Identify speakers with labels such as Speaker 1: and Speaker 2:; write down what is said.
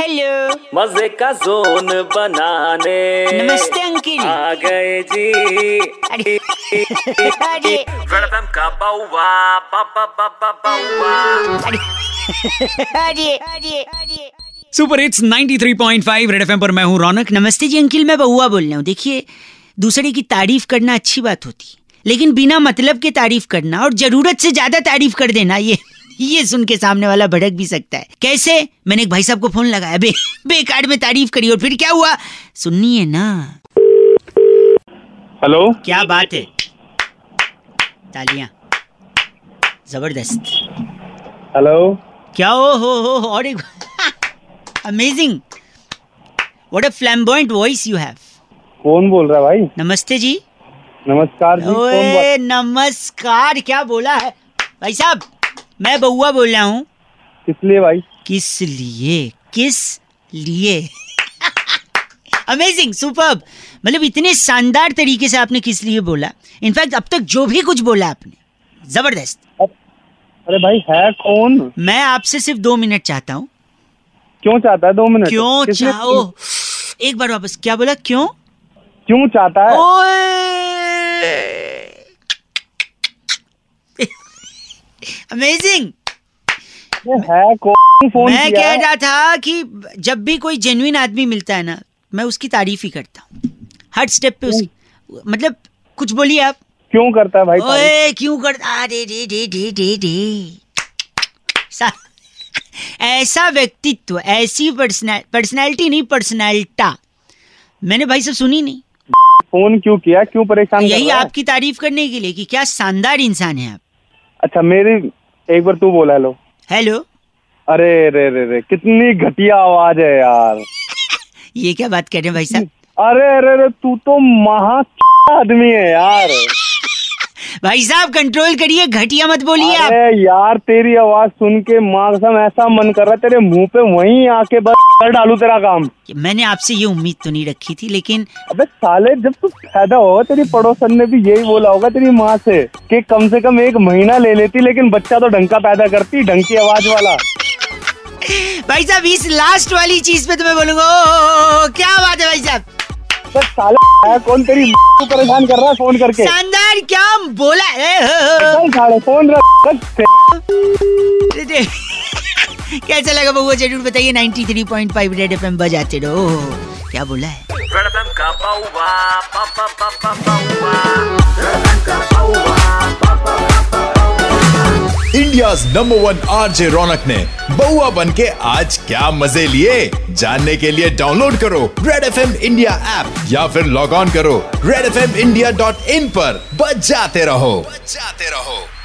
Speaker 1: Hello
Speaker 2: मजे का zone बनाने
Speaker 1: नमस्ते अंकिल
Speaker 2: आ गए जी
Speaker 1: अरे अरे
Speaker 2: वेलकम का बउआ बाबा बाबा बउआ
Speaker 1: अरे अरे अरे
Speaker 3: सुपर हिट्स 93.5 रेड एफएम पर मैं हूं रौनक
Speaker 1: नमस्ते जी अंकिल मैं बउआ बोल रहा हूँ देखिए दूसरे की तारीफ करना अच्छी बात होती लेकिन बिना मतलब के तारीफ करना और जरूरत से ज्यादा तारीफ कर देना ये ये सुन के सामने वाला भड़क भी सकता है कैसे मैंने एक भाई साहब को फोन लगाया बे बेकार में तारीफ करी और फिर क्या हुआ सुननी है ना
Speaker 4: हेलो
Speaker 1: क्या बात है तालियां जबरदस्त
Speaker 4: हेलो
Speaker 1: क्या ओ हो हो हो, और एक amazing what a flamboyant voice you have
Speaker 4: कौन बोल रहा है भाई
Speaker 1: नमस्ते जी
Speaker 4: नमस्कार जी कौन बात
Speaker 1: ओए नमस्कार क्या बोला है भाई साहब मैं बउआ बोल रहा हूँ
Speaker 4: किस लिए भाई
Speaker 1: किस लिए किस लिए अमेजिंग सुपर मतलब इतने शानदार तरीके से आपने किस लिए बोला इनफैक्ट अब तक जो भी कुछ बोला आपने जबरदस्त
Speaker 4: अरे भाई है कौन
Speaker 1: मैं आपसे सिर्फ दो मिनट चाहता हूँ
Speaker 4: क्यों चाहता है दो मिनट
Speaker 1: क्यों
Speaker 4: अच्छा, किसने-
Speaker 1: चाहो एक बार वापस क्या बोला क्यों
Speaker 4: क्यों चाहता है
Speaker 1: अमेजिंग
Speaker 4: ये है कौन फोन
Speaker 1: मैं
Speaker 4: किया
Speaker 1: कह
Speaker 4: है?
Speaker 1: रहा था कि जब भी कोई जेन्युइन आदमी मिलता है ना मैं उसकी तारीफ ही करता हूँ हर स्टेप पे उसकी मतलब कुछ बोलिए आप
Speaker 4: क्यों करता है भाई तारीफ?
Speaker 1: ओए क्यों करता अरे रे रे रे रे रे सा- ऐसा व्यक्तित्व ऐसी पर्सनैलिटी नहीं पर्सनैलिटा मैंने भाई सब सुनी नहीं
Speaker 4: फोन क्यों किया क्यों परेशान कर
Speaker 1: यही
Speaker 4: रहा है?
Speaker 1: आपकी तारीफ करने के लिए कि क्या शानदार इंसान है आप
Speaker 4: अच्छा मेरी एक बार तू बोला हेलो
Speaker 1: हेलो
Speaker 4: अरे रे रे रे कितनी घटिया आवाज है यार
Speaker 1: ये क्या बात कर रहे हैं भाई साहब
Speaker 4: अरे अरे अरे तू तो महा आदमी है यार
Speaker 1: भाई साहब कंट्रोल करिए घटिया मत बोलिए आप
Speaker 4: अरे यार तेरी आवाज सुन के माँ कसम ऐसा मन कर रहा है तेरे मुंह पे वहीं आके बस कर डालू तेरा काम
Speaker 1: मैंने आपसे ये उम्मीद तो नहीं रखी थी लेकिन
Speaker 4: अबे साले जब तू पैदा होगा तेरी पड़ोसन ने भी यही बोला होगा तेरी माँ से कि कम से कम एक महीना ले लेती लेकिन बच्चा तो ढंग का पैदा करती ढंग की आवाज वाला
Speaker 1: भाई साहब इस लास्ट वाली चीज पे तो मैं बोलूंगा ओ, ओ, ओ, ओ, क्या बात है भाई साहब
Speaker 4: बस साले है कौन तेरी को परेशान कर रहा है फोन करके
Speaker 1: शानदार क्या बोला ए, ओ, ओ,
Speaker 4: चल साले फोन रख बस
Speaker 1: ओ, रे- कैसा लगा बउआ जरूर बताइए 93.5 रेड एफएम बजाते रहो ओ, ओ, क्या बोला है
Speaker 2: वेलकम का बउआ बाबा बाबा बउआ
Speaker 5: India's number one RJ Raunak ने बउआ बन के आज क्या मजे लिए जानने के लिए डाउनलोड करो Red F M India app या फिर लॉग ऑन करो redfmindia.in पर बजाते रहो बजाते रहो